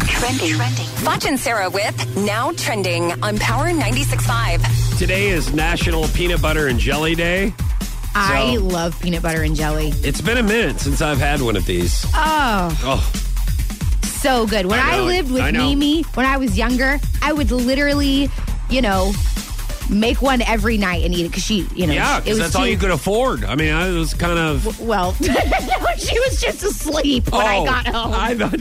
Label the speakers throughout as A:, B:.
A: Trending. Trending. Foch and Sarah with Now Trending on Power 96.5.
B: Today is National Peanut Butter and Jelly Day.
C: I
B: So-
C: love peanut butter and jelly.
B: It's been a minute since I've had one of these.
C: Oh,
B: Oh,
C: so good. When
B: I
C: I,
B: know.
C: lived with
B: I know.
C: Mimi when I was younger, I would literally, you know, make one every night and eat it because she, you know,
B: yeah,
C: it was
B: because that's all
C: too-
B: you could afford. I mean, I was kind of.
C: Well, she was just asleep when I
B: Oh,
C: got home.
B: I thought-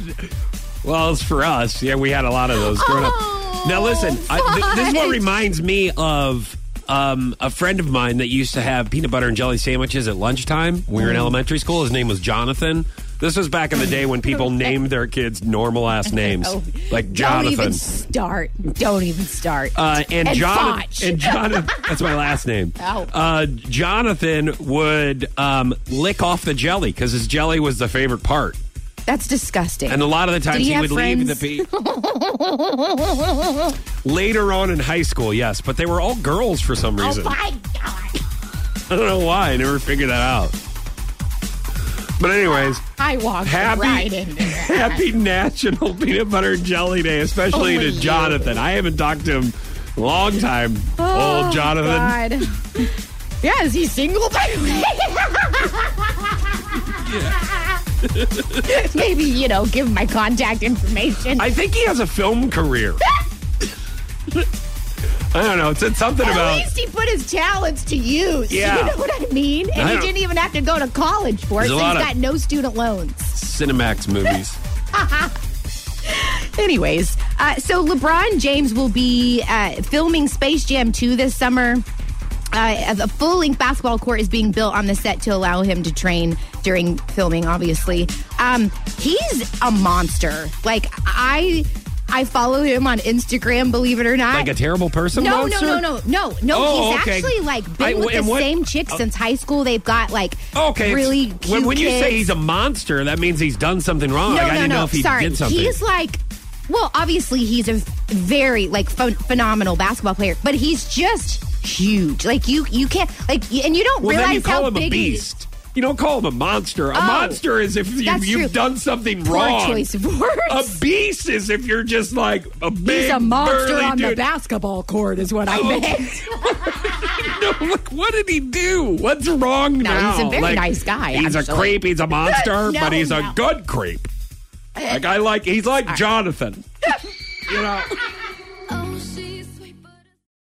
B: well, it's for us. Yeah, we had a lot of those growing
C: Oh,
B: up. Now, listen, I, th- this is what
C: fudge.
B: reminds me of um, a friend of mine that used to have peanut butter and jelly sandwiches at lunchtime. when We
C: Mm.
B: were in elementary school. His name was Jonathan. This was back in the day when people named their kids normal ass names,
C: Oh,
B: like
C: Don't
B: Jonathan.
C: even start. Don't even start.
B: Uh, and,
C: And
B: John
C: Foch.
B: and Jonathan that's my last name.
C: Ow.
B: Uh, Jonathan would um, lick off the jelly because his jelly was the favorite part,
C: That's disgusting.
B: and a lot of the times
C: he
B: he,
C: have
B: would
C: friends?
B: leave the pe- Later on in high school, yes, but they were all girls for some
C: oh
B: reason.
C: my god!
B: I don't know why. I never figured that out. But anyways,
C: I walked
B: happy
C: right into that.
B: Happy National Peanut Butter and Jelly Day, especially to
C: Only you.
B: Jonathan. I haven't talked to him in a long time.
C: Oh,
B: Old Jonathan.
C: God. Yeah, is he single? By the way? Maybe you know, give my contact information.
B: I think he has a film career. I don't know. It said something
C: At
B: about.
C: least he put his talents to use.
B: Yeah.
C: You know what I mean? And
B: I
C: he
B: don't-
C: didn't even have to go to college for it,
B: There's a
C: so he's
B: lot of-
C: got no student loans.
B: Cinemax movies.
C: Anyways, uh, so LeBron James will be uh, filming Space Jam 2 this summer. Uh, a full length basketball court is being built on the set to allow him to train during filming, obviously. Um, he's a monster. Like, I. I follow him on Instagram, believe it or not.
B: Like a terrible person?
C: No,
B: monster?
C: no, no, no, no, no.
B: Oh,
C: he's
B: okay.
C: actually like been
B: I-
C: with the
B: and what- Oh.
C: same chick since high school. They've got like
B: Okay. it's-
C: really cute
B: when, when you say
C: kids.
B: he's a monster, that means he's done something wrong.
C: no,
B: like,
C: no,
B: I didn't
C: no.
B: know if he
C: sorry,
B: did something.
C: he's like. Well, obviously he's a very like ph- phenomenal basketball player, but he's just huge. Like you, you can't like, y- and you don't
B: well,
C: realize
B: then you call
C: how
B: him
C: big
B: a
C: he-
B: beast. You don't call him a monster. A
C: Oh,
B: monster is if you,
C: that's true.
B: you've done something
C: Poor
B: wrong.
C: choice of words.
B: A beast is if you're just like a big
C: he's a monster
B: burly
C: on the
B: dude.
C: basketball court, is what I
B: Oh.
C: meant.
B: No, look, what did he do? What's wrong now?
C: he's a very nice guy,
B: He's a
C: actually.
B: creep. He's a monster,
C: No,
B: but he's
C: no.
B: a good creep. Like I like. He's like Jonathan. you know.